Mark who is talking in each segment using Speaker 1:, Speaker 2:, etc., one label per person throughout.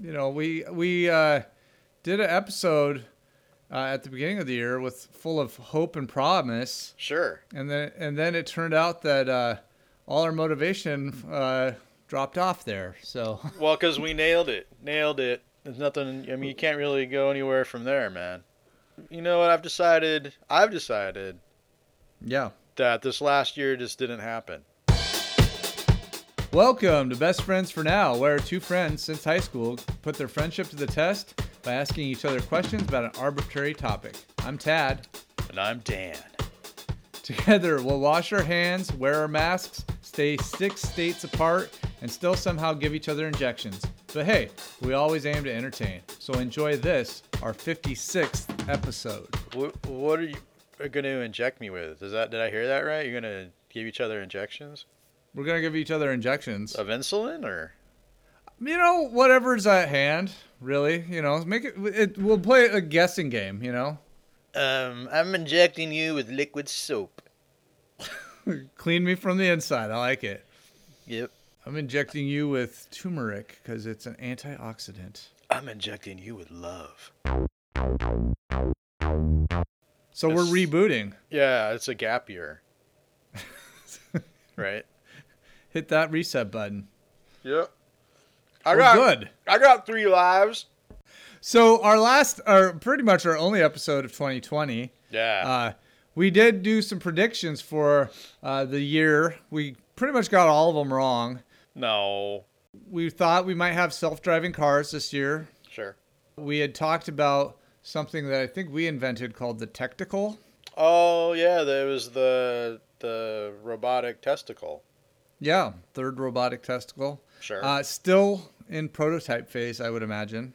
Speaker 1: you know, we we uh, did an episode uh, at the beginning of the year with full of hope and promise,
Speaker 2: Sure.
Speaker 1: and then and then it turned out that uh, all our motivation uh, dropped off there. So
Speaker 2: Well, because we nailed it. Nailed it. There's nothing. I mean, you can't really go anywhere from there, man. You know what? I've decided. I've decided
Speaker 1: yeah,
Speaker 2: that this last year just didn't happen.
Speaker 1: welcome to Best Friends for Now, where two friends since high school put their friendship to the test by asking each other questions about an arbitrary topic. I'm Tad.
Speaker 2: And I'm Dan.
Speaker 1: Together, we'll wash our hands, wear our masks, stay six states apart, and still somehow give each other injections. But hey, we always aim to entertain. So enjoy this, our 56th episode.
Speaker 2: What, what are you going to inject me with? Is that? Did I hear that right? You're going to give each other injections
Speaker 1: We're going to give each other injections.
Speaker 2: of insulin, or
Speaker 1: You know, whatever's at hand, really. You know, make it, it we'll play a guessing game, you know?
Speaker 2: um, I'm injecting you with liquid soap.
Speaker 1: Clean me from the inside. I like it.
Speaker 2: Yep.
Speaker 1: I'm injecting you with turmeric because it's an antioxidant.
Speaker 2: I'm injecting you with love.
Speaker 1: So we're
Speaker 2: Yes.
Speaker 1: rebooting.
Speaker 2: Yeah, it's a gap year. right.
Speaker 1: Hit that reset button.
Speaker 2: Yep. I
Speaker 1: We're
Speaker 2: got
Speaker 1: good.
Speaker 2: I got three lives.
Speaker 1: So our last, or pretty much our only episode of 2020,
Speaker 2: Yeah.
Speaker 1: uh, we did do some predictions for uh, the year. We pretty much got all of them wrong.
Speaker 2: no.
Speaker 1: We thought we might have self-driving cars this year.
Speaker 2: Sure.
Speaker 1: We had talked about something that I think we invented called the tectical.
Speaker 2: Oh yeah, there was the the robotic testicle.
Speaker 1: Yeah, third robotic testicle.
Speaker 2: Sure.
Speaker 1: Uh, still in prototype phase, I would imagine.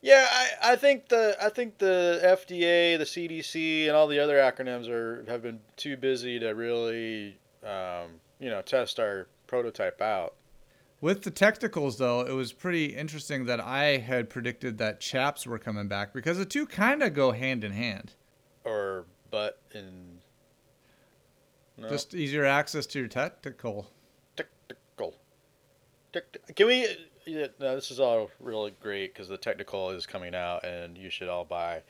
Speaker 2: yeah, I, I think the I think the FDA, the CDC, and all the other acronyms are have been too busy to really um, you know test our prototype out.
Speaker 1: With the technicals, though, it was pretty interesting that I had predicted that chaps were coming back because the two kind of go hand in hand.
Speaker 2: Or butt and no,
Speaker 1: Just easier access to your tactical.
Speaker 2: testicle. Tect- Can we? Yeah, no, this is all really great because the technical is coming out, and you should all buy.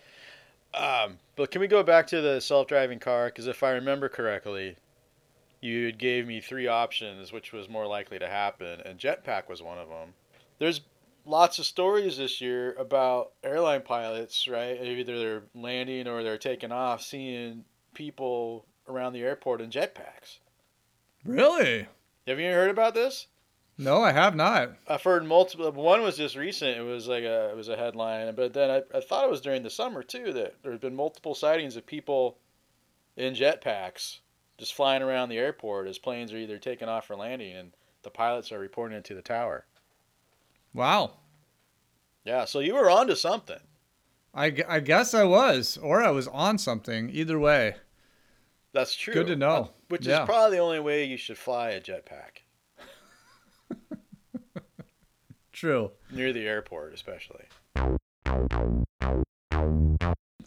Speaker 2: Um, but can we go back to the self-driving car? Because if I remember correctly, you gave me three options, which was more likely to happen, and jetpack was one of them. There's lots of stories this year about airline pilots, right? Either they're landing or they're taking off, seeing people around the airport in jetpacks.
Speaker 1: Really?
Speaker 2: Have you heard about this?
Speaker 1: No, I have not.
Speaker 2: I've heard multiple. One was just recent. It was like a it was a headline, but then I, I thought it was during the summer too that there had been multiple sightings of people in jetpacks just flying around the airport as planes are either taking off or landing, and the pilots are reporting it to the tower.
Speaker 1: Wow.
Speaker 2: Yeah, so you were onto something.
Speaker 1: I, gu- I guess I was, or I was on something. Either way.
Speaker 2: That's true.
Speaker 1: Good to know.
Speaker 2: Which
Speaker 1: Yeah.
Speaker 2: is probably the only way you should fly a jetpack
Speaker 1: True.
Speaker 2: near the airport, especially.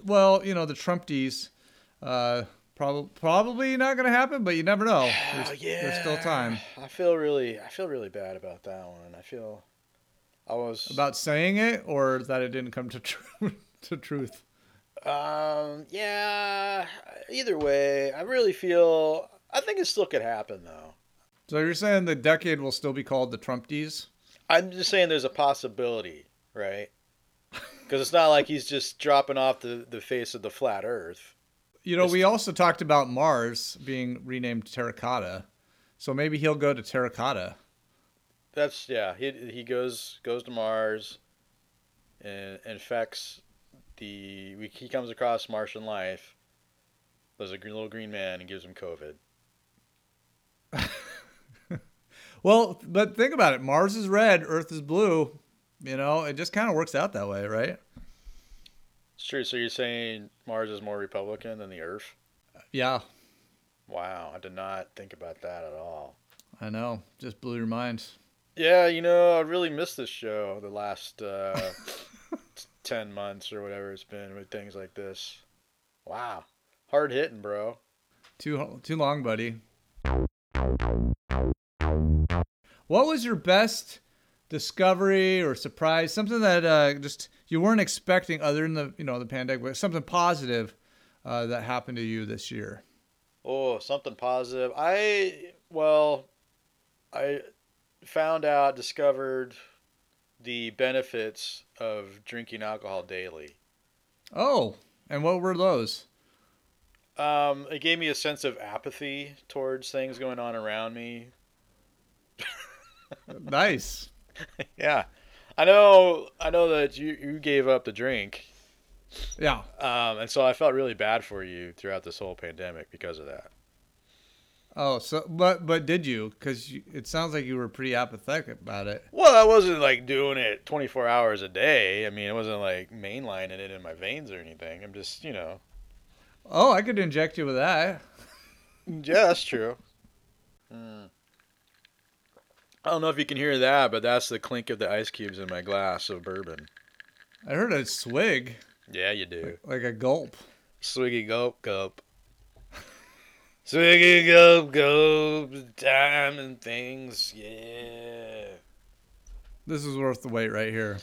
Speaker 1: Well, you know, the Trumpties, uh, prob- probably not going to happen, but you never know. There's,
Speaker 2: Oh, yeah.
Speaker 1: there's still time.
Speaker 2: I feel really I feel really bad about that one. I feel I was
Speaker 1: About saying it or that it didn't come to, tru- to truth.
Speaker 2: Um, yeah, either way, I really feel I think it still could happen though.
Speaker 1: So you're saying the decade will still be called the Trumpties?
Speaker 2: I'm just saying there's a possibility, right? Because it's not like he's just dropping off the, the face of the flat earth.
Speaker 1: You know, we also talked about Mars being renamed Terracotta. So maybe he'll go to Terracotta.
Speaker 2: That's yeah, he he goes goes to Mars and infects the we, he comes across Martian life. There's a green, little green man and gives him COVID.
Speaker 1: Well, but think about it. Mars is red, Earth is blue. You know, it just kind of works out that way, right?
Speaker 2: It's true. So you're saying Mars is more Republican than the Earth?
Speaker 1: Yeah,
Speaker 2: Wow, I did not think about that at all.
Speaker 1: I know. Just blew your mind.
Speaker 2: Yeah, you know, I really missed this show the last uh, t- 10 months or whatever it's been with things like this. Wow. Hard hitting, bro.
Speaker 1: Too too long, buddy. What was your best discovery or surprise, something that uh, just you weren't expecting other than the you know the pandemic, but something positive uh, that happened to you this year?
Speaker 2: Oh, something positive. I well, I found out, discovered the benefits of drinking alcohol daily.
Speaker 1: Oh, and what were those?
Speaker 2: Um, it gave me a sense of apathy towards things going on around me.
Speaker 1: nice.
Speaker 2: Yeah, I know. I know that you you gave up the drink,
Speaker 1: Yeah.
Speaker 2: um, and so I felt really bad for you throughout this whole pandemic because of that.
Speaker 1: Oh, so but but did you? Because it sounds like you were pretty apathetic about it.
Speaker 2: Well, I wasn't like doing it 24 hours a day. I mean, it wasn't like mainlining it in my veins or anything. I'm just, you know.
Speaker 1: Oh, I could inject you with that.
Speaker 2: Yeah, that's true. Mm. I don't know if you can hear that, but that's the clink of the ice cubes in my glass of bourbon.
Speaker 1: I heard a swig,
Speaker 2: Yeah, you do.
Speaker 1: like a gulp.
Speaker 2: Swiggy gulp gulp. Swiggy gulp gulp. Time and things. Yeah.
Speaker 1: This is worth the wait right here.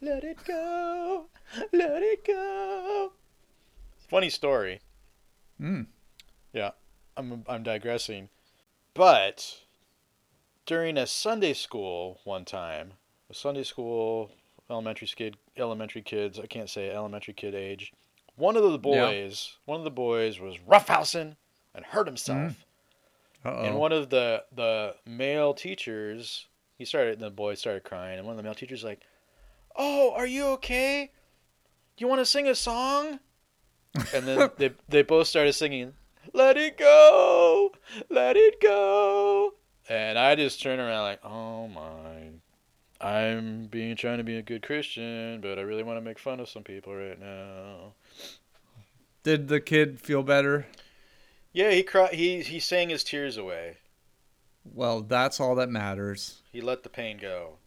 Speaker 2: Let it go. Let it go. Funny story.
Speaker 1: Mm.
Speaker 2: I'm I'm digressing. But during a Sunday school one time, a Sunday school elementary kid elementary kids, I can't say elementary kid age, one of the boys, one of the boys was roughhousing and hurt himself.
Speaker 1: Uh
Speaker 2: And
Speaker 1: oh.
Speaker 2: one of the the male teachers, he started. The boy started crying, and one of the male teachers like, "Oh, are you okay? Do you want to sing a song?" And then they they both started singing, "Let it go, let it go." And I just turned around like, "Oh my." I'm being trying to be a good Christian, but I really want to make fun of some people right now.
Speaker 1: Did the kid feel better?
Speaker 2: Yeah, he cried. He he sang his tears away.
Speaker 1: Well, that's all that matters.
Speaker 2: He let the pain go.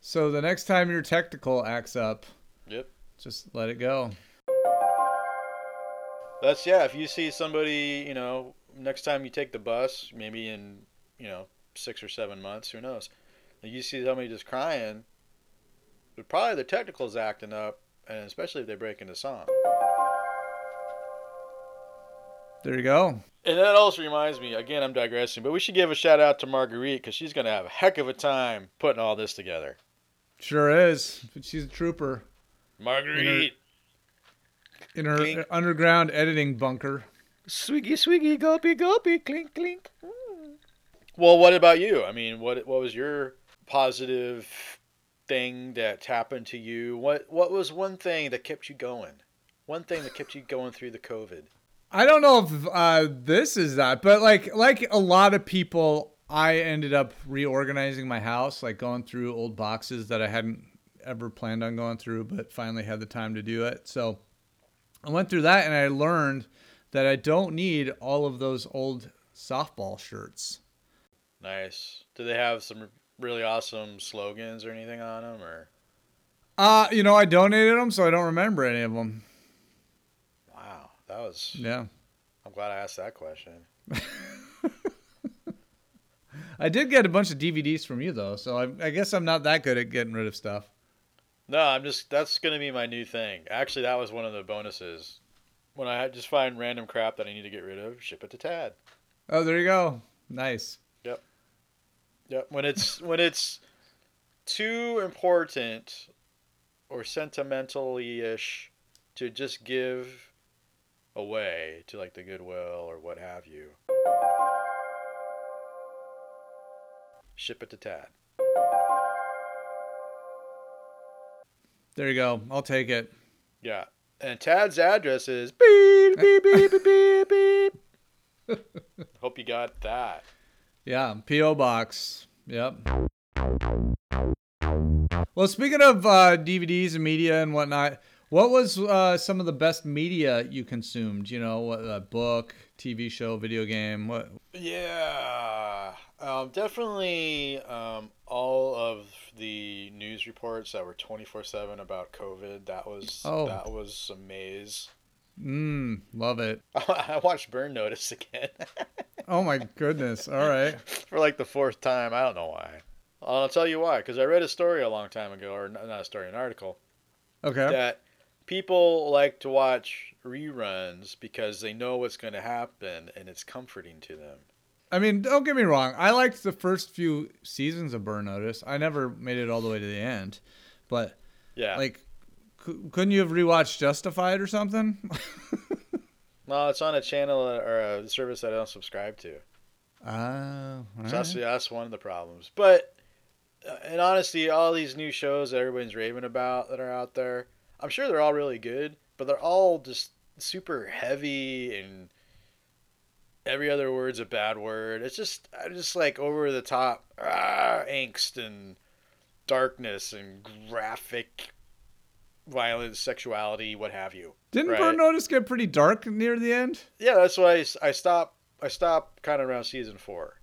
Speaker 1: So the next time your technical acts up,
Speaker 2: Yep.
Speaker 1: just let it go.
Speaker 2: That's yeah. If you see somebody, you know, next time you take the bus, maybe in you know six or seven months, who knows? If you see somebody just crying, but probably their technicals acting up, and especially if they break into song.
Speaker 1: There you go.
Speaker 2: And that also reminds me. Again, I'm digressing, but we should give a shout out to Marguerite because she's gonna have a heck of a time putting all this together.
Speaker 1: Sure is. But she's a trooper
Speaker 2: Marguerite,
Speaker 1: in her
Speaker 2: Clink.
Speaker 1: underground editing bunker.
Speaker 2: swiggy swiggy, gulpy gulpy, clink clink. Well, what about you? I mean, what what was your positive thing that happened to you? What what was one thing that kept you going? One thing that kept you going through the COVID?
Speaker 1: I don't know if uh, this is that, but like like a lot of people, I ended up reorganizing my house, like going through old boxes that I hadn't ever planned on going through, but finally had the time to do it. So I went through that, and I learned that I don't need all of those old softball shirts.
Speaker 2: Nice. Do they have some really awesome slogans or anything on them? Or
Speaker 1: Uh, you know, I donated them, so I don't remember any of them.
Speaker 2: wow, that was.
Speaker 1: Yeah.
Speaker 2: I'm glad I asked that question.
Speaker 1: I did get a bunch of DVDs from you though, so I, I guess I'm not that good at getting rid of stuff.
Speaker 2: No, I'm just. That's gonna be my new thing. Actually, that was one of the bonuses. When I just find random crap that I need to get rid of, ship it to Tad.
Speaker 1: Oh, there you go. Nice.
Speaker 2: Yeah, when it's when it's too important or sentimentally ish to just give away to like the goodwill or what have you. Ship it to Tad.
Speaker 1: There you go. I'll take it.
Speaker 2: Yeah. And Tad's address is beep beep beep beep beep beep. Hope you got that.
Speaker 1: Yeah, PO box. Yep. Well, speaking of uh, DVDs and media and whatnot, what was uh, some of the best media you consumed? You know, what, uh, book, TV show, video game. What?
Speaker 2: Yeah, um, definitely um, all of the news reports that were 24/7 about COVID, that was
Speaker 1: Oh.
Speaker 2: that was a maze.
Speaker 1: Mmm, love it.
Speaker 2: I watched Burn Notice again
Speaker 1: Oh my goodness. All right.
Speaker 2: for like the fourth time. I don't know why. I'll tell you why. Because I read a story a long time ago, or n- not a story, an article
Speaker 1: Okay.
Speaker 2: that people like to watch reruns because they know what's going to happen and it's comforting to them.
Speaker 1: I mean, don't get me wrong. I liked the first few seasons of Burn Notice. I never made it all the way to the end, but
Speaker 2: Yeah.
Speaker 1: like, c- couldn't you have rewatched Justified or something?
Speaker 2: no, it's on a channel uh, or a service that I don't subscribe to.
Speaker 1: Oh, all
Speaker 2: So
Speaker 1: right.
Speaker 2: that's, that's one of the problems. But uh, in honesty, all these new shows that everybody's raving about that are out there, I'm sure they're all really good, but they're all just super heavy and every other word's a bad word. It's just I'm just like over the top ah, angst and darkness and graphic violence, sexuality, what have you.
Speaker 1: Didn't
Speaker 2: right.
Speaker 1: Burn Notice get pretty dark near the end?
Speaker 2: Yeah, that's why I, s- I stopped. I stopped kind of around season four.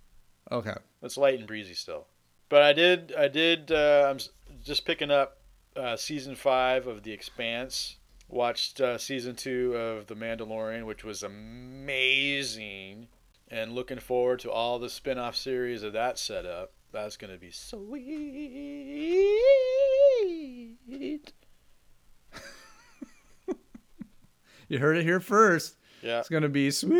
Speaker 1: Okay.
Speaker 2: It's light and breezy still. But I did, I did. Uh, I'm s- just picking up uh, season five of The Expanse. Watched uh, season two of The Mandalorian, which was amazing, and looking forward to all the spin-off series of that setup. That's gonna be sweet.
Speaker 1: You heard it here first.
Speaker 2: Yeah.
Speaker 1: It's gonna be sweet.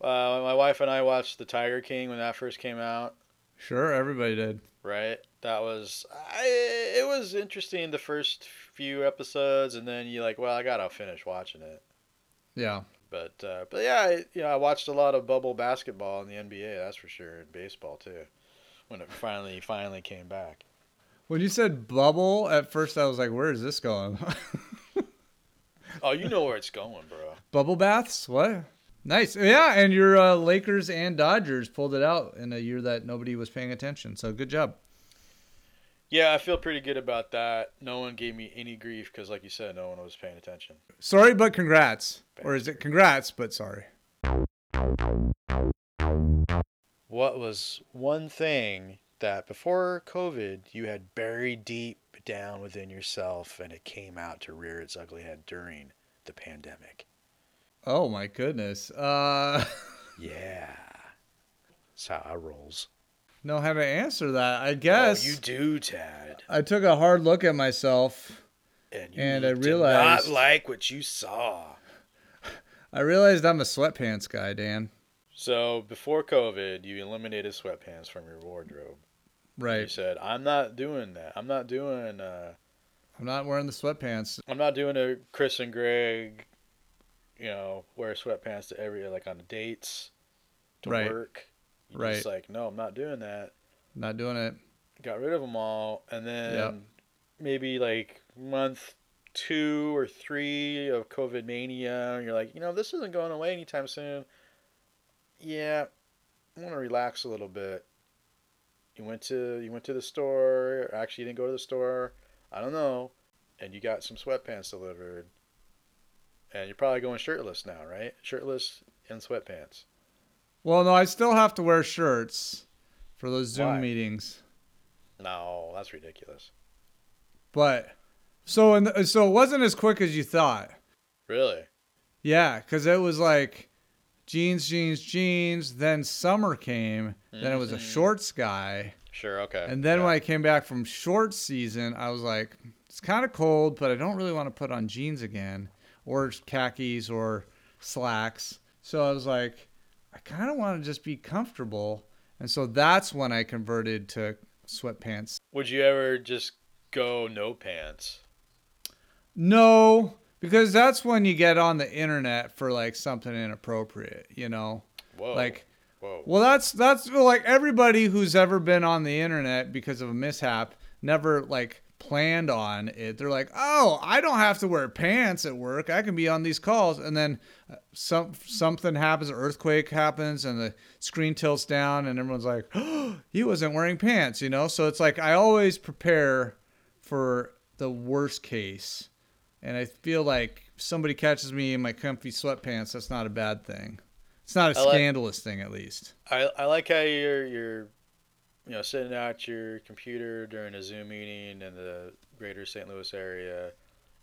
Speaker 2: Uh, my wife and I watched The Tiger King when that first came out.
Speaker 1: Sure, everybody did.
Speaker 2: right? That was I, it was interesting the first few episodes, and then you like, well, I gotta finish watching it.
Speaker 1: Yeah.
Speaker 2: But uh, but yeah, I, you know, I watched a lot of bubble basketball in the NBA, that's for sure, and baseball too, when it finally finally came back.
Speaker 1: When you said bubble, at first I was like, "Where is this going?"
Speaker 2: Oh, you know where it's going, bro.
Speaker 1: bubble baths? What? Nice. Yeah, and your uh, Lakers and Dodgers pulled it out in a year that nobody was paying attention. So good job.
Speaker 2: Yeah, I feel pretty good about that. No one gave me any grief because, like you said, no one was paying attention.
Speaker 1: Sorry, but congrats. Or is it congrats, but sorry?
Speaker 2: What was one thing that before COVID you had buried deep down within yourself and it came out to rear its ugly head during the pandemic?
Speaker 1: Oh my goodness. Uh,
Speaker 2: Yeah. That's how I rolls.
Speaker 1: know how to answer that? I
Speaker 2: Oh, you
Speaker 1: guess.
Speaker 2: do, Tad.
Speaker 1: I took a hard look at myself.
Speaker 2: And, you
Speaker 1: And I
Speaker 2: did
Speaker 1: realized-
Speaker 2: not like what you saw.
Speaker 1: I realized I'm a sweatpants guy, Dan.
Speaker 2: So before COVID, you eliminated sweatpants from your wardrobe. You
Speaker 1: Right.
Speaker 2: said, "I'm not doing that. I'm not doing. Uh,
Speaker 1: I'm not wearing the sweatpants.
Speaker 2: I'm not doing a Chris and Greg, you know, wear sweatpants to every like on dates to
Speaker 1: Right.
Speaker 2: work. It's
Speaker 1: Right.
Speaker 2: like, no, I'm not doing that.
Speaker 1: not doing it.
Speaker 2: Got rid of them all, and then
Speaker 1: Yep.
Speaker 2: maybe like month two or three of COVID mania, and you're like, you know, this isn't going away anytime soon. Yeah, I want to relax a little bit. You went to you went to the store. Or actually, you didn't go to the store. I don't know. And you got some sweatpants delivered. And you're probably going shirtless now, right? Shirtless and sweatpants.
Speaker 1: Well, no, I still have to wear shirts for those Zoom
Speaker 2: Why?
Speaker 1: meetings.
Speaker 2: No, that's ridiculous.
Speaker 1: But so in the, so it wasn't as quick as you thought.
Speaker 2: Really?
Speaker 1: Yeah, because it was like jeans, jeans, jeans. Then summer came. Then it was a
Speaker 2: Mhm.
Speaker 1: shorts guy.
Speaker 2: Sure. Okay.
Speaker 1: And then
Speaker 2: Yeah.
Speaker 1: when I came back from short season, I was like, it's kind of cold, but I don't really want to put on jeans again or khakis or slacks. So I was like, I kind of want to just be comfortable. And so that's when I converted to sweatpants.
Speaker 2: Would you ever just go no pants?
Speaker 1: No, because that's when you get on the internet for like something inappropriate, you know?
Speaker 2: Whoa.
Speaker 1: Like,
Speaker 2: whoa.
Speaker 1: Well, that's that's like everybody who's ever been on the internet because of a mishap never like planned on it. They're like, "Oh, I don't have to wear pants at work. I can be on these calls." And then uh, some something happens, an earthquake happens and the screen tilts down and everyone's like, oh, "He wasn't wearing pants," you know? So it's like I always prepare for the worst case. And I feel like somebody catches me in my comfy sweatpants, that's not a bad thing. It's not a
Speaker 2: I like-
Speaker 1: scandalous thing at least.
Speaker 2: I, I like how you're you're you know sitting at your computer during a Zoom meeting in the greater St. Louis area,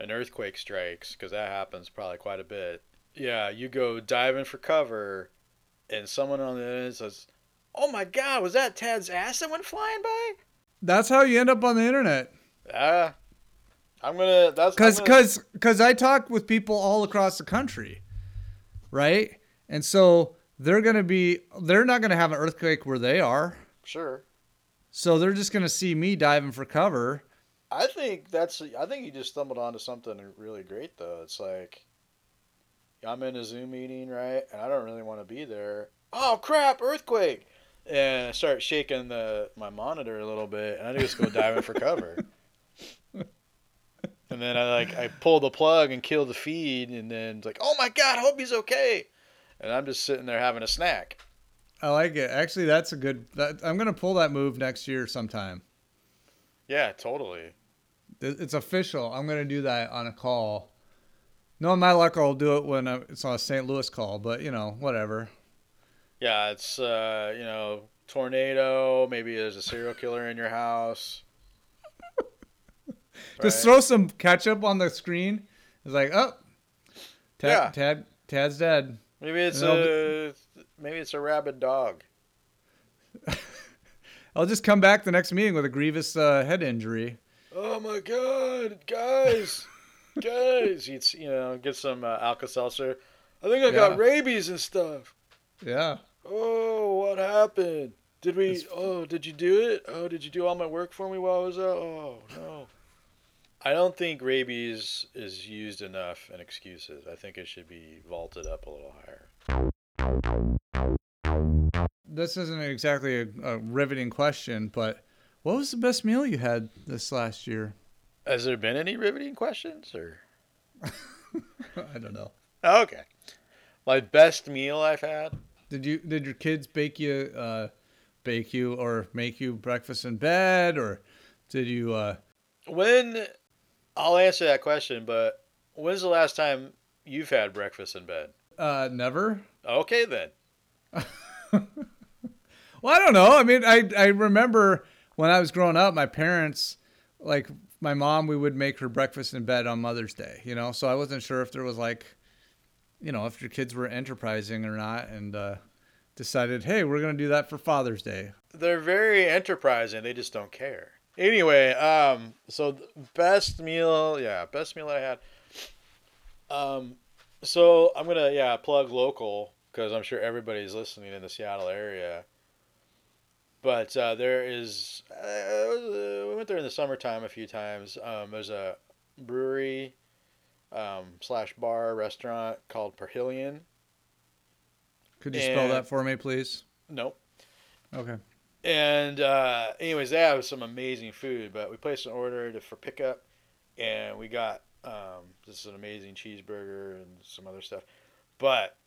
Speaker 2: an earthquake strikes because that happens probably quite a bit. Yeah, you go diving for cover, and someone on the end says, oh my God, was that Tad's ass that went flying by?
Speaker 1: That's how you end up on the internet.
Speaker 2: Uh, I'm gonna. That's I'm
Speaker 1: Cause,
Speaker 2: gonna-
Speaker 1: cause, cause I talk with people all across the country, right? And so they're gonna be, they're not gonna have an earthquake where they are,
Speaker 2: sure.
Speaker 1: so they're just gonna see me diving for cover.
Speaker 2: I think that's. I think he just stumbled onto something really great though. It's like, I'm in a Zoom meeting, right? And I don't really want to be there. Oh crap! Earthquake. And I start shaking the my monitor a little bit, and I just go diving for cover. And then I like I pull the plug and kill the feed, and then it's like, oh my god, I hope he's okay. And I'm just sitting there having a snack.
Speaker 1: I like it. Actually, that's a good. That, I'm gonna pull that move next year sometime.
Speaker 2: Yeah, totally.
Speaker 1: It- It's official. I'm gonna do that on a call. No, my luck, I'll do it when I, it's on a St. Louis call. But you know, whatever.
Speaker 2: Yeah, it's uh, you know, tornado, maybe there's a serial killer in your house.
Speaker 1: Just
Speaker 2: Right?
Speaker 1: throw some ketchup on the screen. It's like, oh, Tad,
Speaker 2: Yeah.
Speaker 1: Tad, Tad's dead.
Speaker 2: maybe it's
Speaker 1: It'll
Speaker 2: a maybe it's a rabid dog.
Speaker 1: I'll just come back the next meeting with a grievous uh, head injury.
Speaker 2: Oh my god, guys. guys, eats you know, get some uh, Alka-Seltzer. I think I
Speaker 1: Yeah.
Speaker 2: got rabies and stuff.
Speaker 1: Yeah.
Speaker 2: Oh, what happened? Did we
Speaker 1: It's-
Speaker 2: Oh, did you do it? Oh, did you do all my work for me while I was out? Oh, no. I don't think rabies is used enough in excuses. I think it should be vaulted up a little higher.
Speaker 1: This isn't exactly a, a riveting question, but what was the best meal you had this last year?
Speaker 2: Has there been any riveting questions or
Speaker 1: I don't know.
Speaker 2: Oh, Okay. My best meal I've had?
Speaker 1: Did you did your kids bake you uh, bake you or make you breakfast in bed or did you uh,
Speaker 2: When I'll answer that question, but when's the last time you've had breakfast in bed?
Speaker 1: uh, never?
Speaker 2: Okay then.
Speaker 1: Well, I don't know. I mean, I I remember when I was growing up, my parents like my mom we would make her breakfast in bed on Mother's Day, you know? So I wasn't sure if there was like you know, if your kids were enterprising or not and uh decided, "Hey, we're going to do that for Father's Day."
Speaker 2: They're very enterprising. They just don't care. Anyway, um, so th- best meal, yeah, best meal I had. Um, so I'm gonna yeah plug local because I'm sure everybody's listening in the Seattle area. But uh, there is, uh, we went there in the summertime a few times. Um, there's a brewery um, slash bar restaurant called Perhillion.
Speaker 1: Could you spell
Speaker 2: Yeah.
Speaker 1: that for me, please?
Speaker 2: Nope.
Speaker 1: Okay.
Speaker 2: And uh, anyways, they have some amazing food. But we placed an order to, for pickup, and we got um, just an amazing cheeseburger and some other stuff. But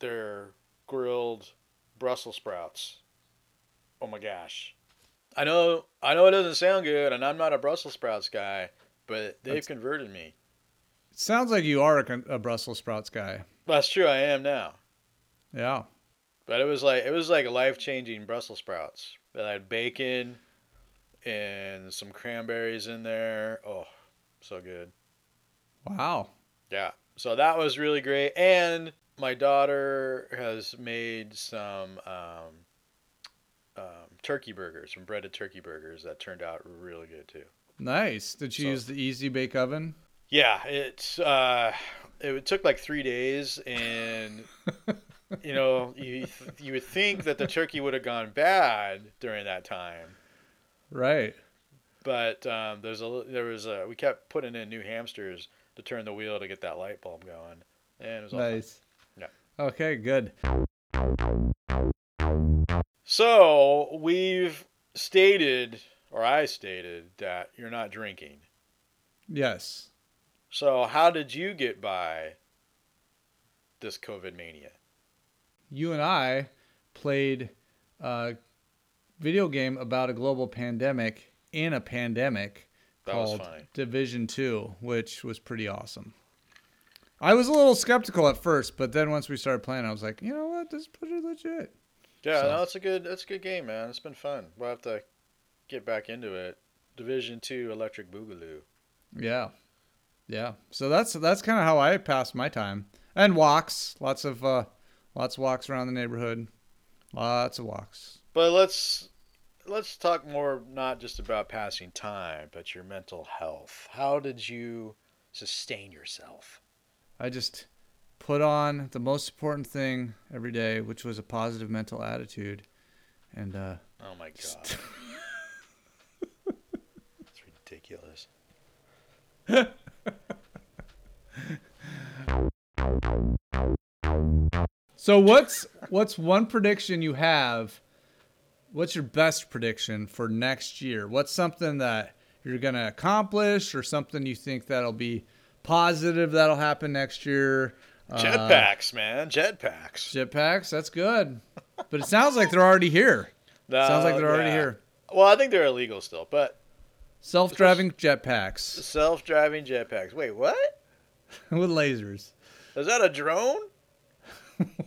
Speaker 2: their grilled Brussels sprouts. Oh my gosh! I know, I know, it doesn't sound good, and I'm not a Brussels sprouts guy, but they've
Speaker 1: That's-
Speaker 2: converted me.
Speaker 1: Sounds like you are a, con- a Brussels sprouts guy.
Speaker 2: That's true. I am now.
Speaker 1: Yeah.
Speaker 2: But it was like it was like life changing Brussels sprouts. But I had bacon and some cranberries in there. Oh, so good.
Speaker 1: Wow.
Speaker 2: Yeah. So that was really great. And my daughter has made some um, um, turkey burgers, some breaded turkey burgers that turned out really good too.
Speaker 1: Nice. Did you
Speaker 2: So-
Speaker 1: use the easy bake oven?
Speaker 2: Yeah, it's uh, it took like three days, and you know, you you would think that the turkey would have gone bad during that time,
Speaker 1: Right.
Speaker 2: but um, there's a there was a we kept putting in new hamsters to turn the wheel to get that light bulb going, and it was all fun.
Speaker 1: Nice.
Speaker 2: Yeah.
Speaker 1: Okay, good.
Speaker 2: So we've stated, or I stated, that you're not drinking.
Speaker 1: Yes.
Speaker 2: So how did you get by this COVID mania?
Speaker 1: you and I played a video game about a global pandemic in a pandemic
Speaker 2: That was
Speaker 1: called
Speaker 2: funny.
Speaker 1: Division 2, which was pretty awesome. I was a little skeptical at first, but then once we started playing, I was like, you know what? This is pretty legit.
Speaker 2: Yeah,
Speaker 1: So-
Speaker 2: no, it's a good it's a good game, man. It's been fun. We'll have to get back into it. Division two Electric Boogaloo.
Speaker 1: Yeah. Yeah. So that's that's kind of how I pass my time. And walks, lots of uh lots of walks around the neighborhood. Lots of walks.
Speaker 2: But let's let's talk more not just about passing time, but your mental health. How did you sustain yourself?
Speaker 1: I just put on the most important thing every day, which was a positive mental attitude, and uh,
Speaker 2: Oh my god.
Speaker 1: St-
Speaker 2: It's ridiculous.
Speaker 1: So what's what's one prediction you have? What's your best prediction for next year? What's something that you're gonna accomplish, or something you think that'll be positive that'll happen next year? Uh,
Speaker 2: Jetpacks, man. Jetpacks.
Speaker 1: jetpacks. That's good, but it sounds like they're already here. sounds like
Speaker 2: No,
Speaker 1: they're already
Speaker 2: Oh, yeah.
Speaker 1: here.
Speaker 2: Well, I think they're illegal still, but
Speaker 1: Self-driving jetpacks
Speaker 2: self-driving jetpacks. Wait, what?
Speaker 1: with lasers.
Speaker 2: Is that a drone?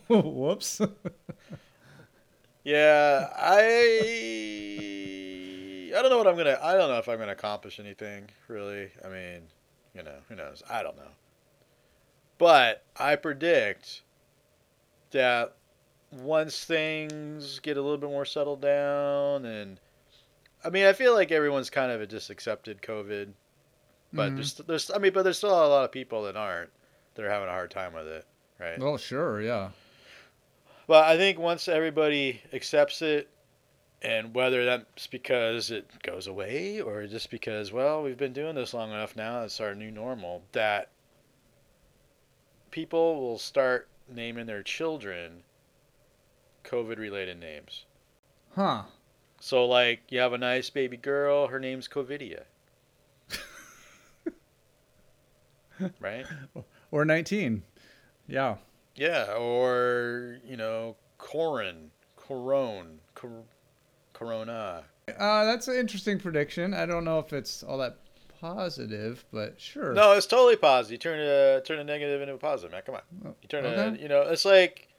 Speaker 1: Whoops.
Speaker 2: Yeah, I I don't know what I'm gonna. I don't know if I'm gonna accomplish anything really. I mean, you know, who knows? I don't know. But I predict that once things get a little bit more settled down, and I mean, I feel like everyone's kind of just accepted COVID, but
Speaker 1: Mhm.
Speaker 2: there's there's I mean, but there's still a lot of people that aren't. They're having a hard time with it, right?
Speaker 1: well, sure, yeah.
Speaker 2: But I think once everybody accepts it, and whether that's because it goes away or just because, well, we've been doing this long enough now, it's our new normal, that people will start naming their children COVID related names.
Speaker 1: Huh.
Speaker 2: So, like, you have a nice baby girl, her name's Covidia. right?
Speaker 1: Or 19. Yeah.
Speaker 2: Yeah, or you know, Corin, Corone, Cor- Corona.
Speaker 1: Uh, that's an interesting prediction. I don't know if it's all that positive, but sure.
Speaker 2: No, it's totally positive. You turn a turn a negative into a positive, man. Come on,
Speaker 1: Oh,
Speaker 2: you turn
Speaker 1: okay.
Speaker 2: a you know, it's like,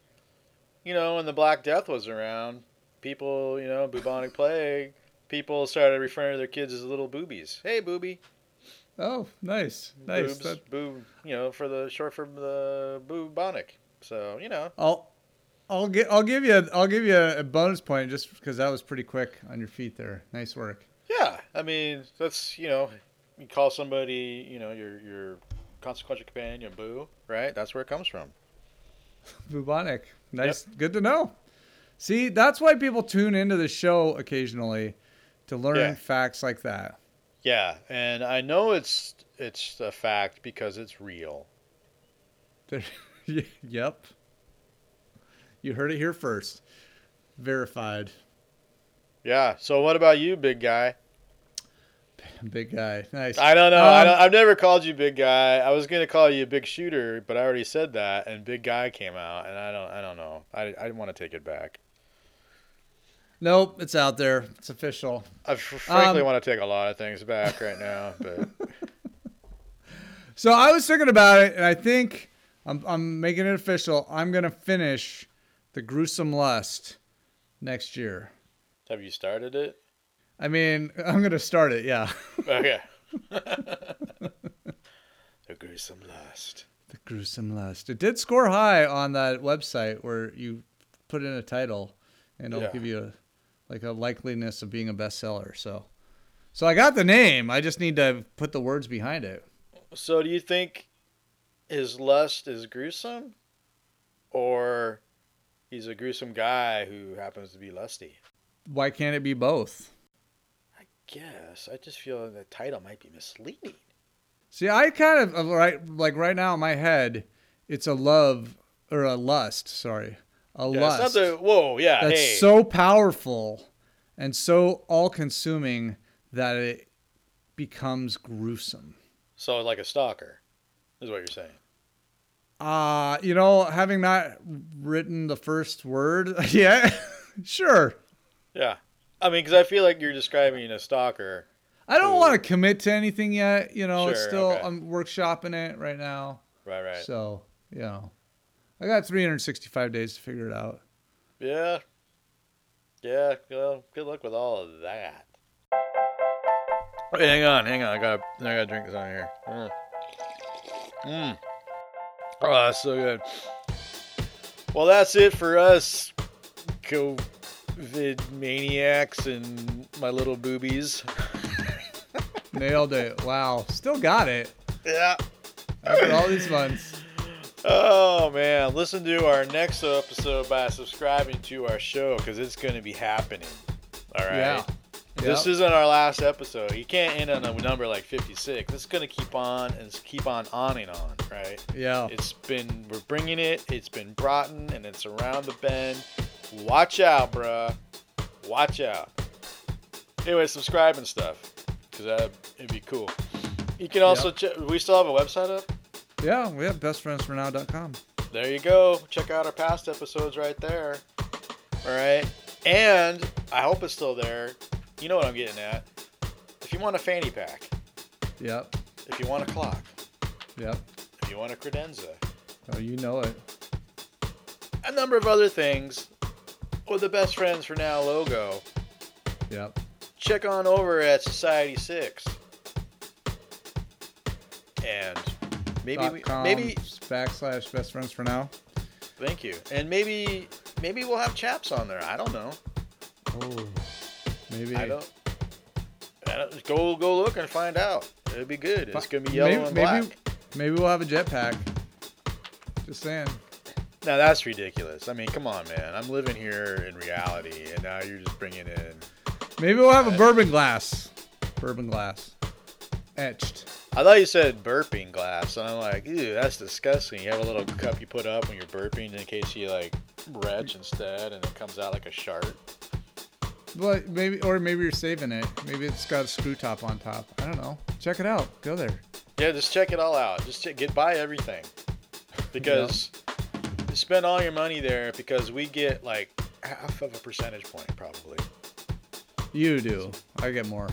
Speaker 2: you know, when the Black Death was around, people, you know, bubonic plague, people started referring to their kids as little boobies. Hey, booby,
Speaker 1: Oh, nice, nice.
Speaker 2: boobs,
Speaker 1: That,
Speaker 2: boob, you know, for the short for the bubonic. So you know,
Speaker 1: I'll, I'll get, I'll give you, a, I'll give you a, a bonus point just because that was pretty quick on your feet there. Nice work.
Speaker 2: Yeah, I mean that's you know, you call somebody you know your your consequential companion boo, right? That's where it comes from.
Speaker 1: Bubonic. Nice. Good to know. See, that's why people tune into the show occasionally to learn
Speaker 2: Yeah.
Speaker 1: facts like that.
Speaker 2: Yeah, and I know it's it's a fact because it's real.
Speaker 1: There- y- yep. You heard it here first. Verified.
Speaker 2: Yeah. So what about you, big guy?
Speaker 1: Big guy. Nice.
Speaker 2: I don't know. I
Speaker 1: Um,
Speaker 2: don't, I've never called you big guy. I was gonna call you big shooter, but I already said that, and big guy came out, and I don't I don't know. I I want to take it back.
Speaker 1: Nope, it's out there. It's official.
Speaker 2: I fr- frankly
Speaker 1: Um,
Speaker 2: want to take a lot of things back right now, but
Speaker 1: So I was thinking about it, and I think I'm, I'm making it official. I'm gonna finish the gruesome lust next year.
Speaker 2: have you started it?
Speaker 1: I mean, I'm gonna start it. Yeah,
Speaker 2: Okay. the gruesome lust.
Speaker 1: the gruesome lust. It did score high on that website where you put in a title, and it'll
Speaker 2: Yeah.
Speaker 1: give you a, like a likeliness of being a bestseller. So, so I got the name. I just need to put the words behind it.
Speaker 2: So, do you think his lust is gruesome, or he's a gruesome guy who happens to be lusty?
Speaker 1: Why can't it be both?
Speaker 2: I guess. I just feel the title might be misleading.
Speaker 1: See, I kind of right like right now in my head, it's a love or a lust. Sorry, a
Speaker 2: Yeah, it's
Speaker 1: lust
Speaker 2: not the- whoa, yeah,
Speaker 1: that's
Speaker 2: hey.
Speaker 1: so powerful and so all-consuming that it becomes gruesome.
Speaker 2: so, like a stalker, is what you're saying.
Speaker 1: Uh, you know, having not written the first word yet, sure.
Speaker 2: Yeah. I mean, because I feel like you're describing a stalker.
Speaker 1: I don't
Speaker 2: Ooh.
Speaker 1: want to commit to anything yet. You know, it's
Speaker 2: Sure,
Speaker 1: still
Speaker 2: okay.
Speaker 1: I'm workshopping it right now.
Speaker 2: Right, right.
Speaker 1: So you know, I got 365 days to figure it out.
Speaker 2: Yeah. Yeah, well, good luck with all of that. Wait, hang on, hang on. I gotta, I gotta drink this on here. Mm. Mm. Oh, that's so good. Well, that's it for us COVID maniacs and my little boobies.
Speaker 1: Nailed it. Wow. Still got it
Speaker 2: Yeah.
Speaker 1: after all these months.
Speaker 2: Oh man, listen to our next episode by subscribing to our show because it's going to be happening. All right.
Speaker 1: Yeah.
Speaker 2: This
Speaker 1: Yep.
Speaker 2: isn't our last episode. You can't end on a number like 56. It's going to keep on and it's keep on on and on, right?
Speaker 1: yeah.
Speaker 2: It's been we're bringing it. It's been brought in and it's around the bend. Watch out, bruh. Watch out. Anyway, subscribe and stuff because that it'd be cool. You can also check. We still have a website up.
Speaker 1: Yeah, we have bestfriendsfornow.com.
Speaker 2: There you go. Check out our past episodes right there. All right. And I hope it's still there. You know what I'm getting at. If you want a fanny pack,
Speaker 1: Yep.
Speaker 2: if you want a clock,
Speaker 1: Yep.
Speaker 2: if you want a credenza,
Speaker 1: Oh, you know it.
Speaker 2: a number of other things with the Best Friends for Now logo,
Speaker 1: Yep.
Speaker 2: check on over at Society Six. And maybe
Speaker 1: Dot
Speaker 2: we,
Speaker 1: com
Speaker 2: maybe
Speaker 1: backslash best friends for now.
Speaker 2: thank you. And maybe maybe we'll have chaps on there. I don't know.
Speaker 1: Oh. Maybe.
Speaker 2: I don't. I don't go go look and find out. It'd be good. It's gonna be yellow
Speaker 1: maybe,
Speaker 2: and black.
Speaker 1: maybe, maybe we'll have a jetpack. Just saying.
Speaker 2: Now that's ridiculous. I mean, come on, man. I'm living here in reality, and now you're just bringing in.
Speaker 1: Maybe we'll have a bourbon glass. Bourbon glass. Etched.
Speaker 2: I thought you said burping glass, and I'm like, ew, that's disgusting. You have a little cup you put up when you're burping in case you like retch instead, and it comes out like a shark.
Speaker 1: But maybe, or maybe you're saving it. Maybe it's got a screw top on top. I don't know. Check it out. Go there.
Speaker 2: Yeah, just check it all out. Just check, get buy everything, because you spend all your money there because we get like half of a percentage point probably.
Speaker 1: You do. I get more.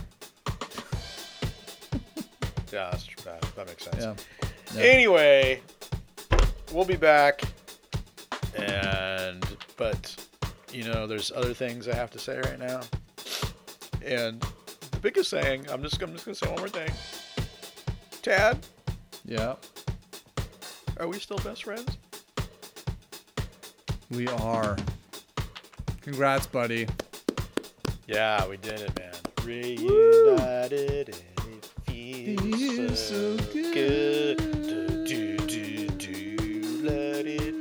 Speaker 2: Yeah, that's, that, that makes sense.
Speaker 1: Yeah. Yeah.
Speaker 2: Anyway, we'll be back. And but you know, there's other things I have to say right now. And the biggest thing, I'm just I'm just gonna say one more thing. Tad,
Speaker 1: Yeah.
Speaker 2: are we still best friends?
Speaker 1: We are. Congrats, buddy.
Speaker 2: Yeah, we did it, man. Reunited and it feels,
Speaker 1: Feels
Speaker 2: so
Speaker 1: so
Speaker 2: good.
Speaker 1: good.
Speaker 2: Do, do, do, do, let it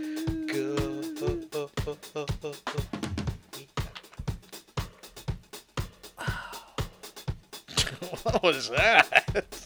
Speaker 2: go. what was that?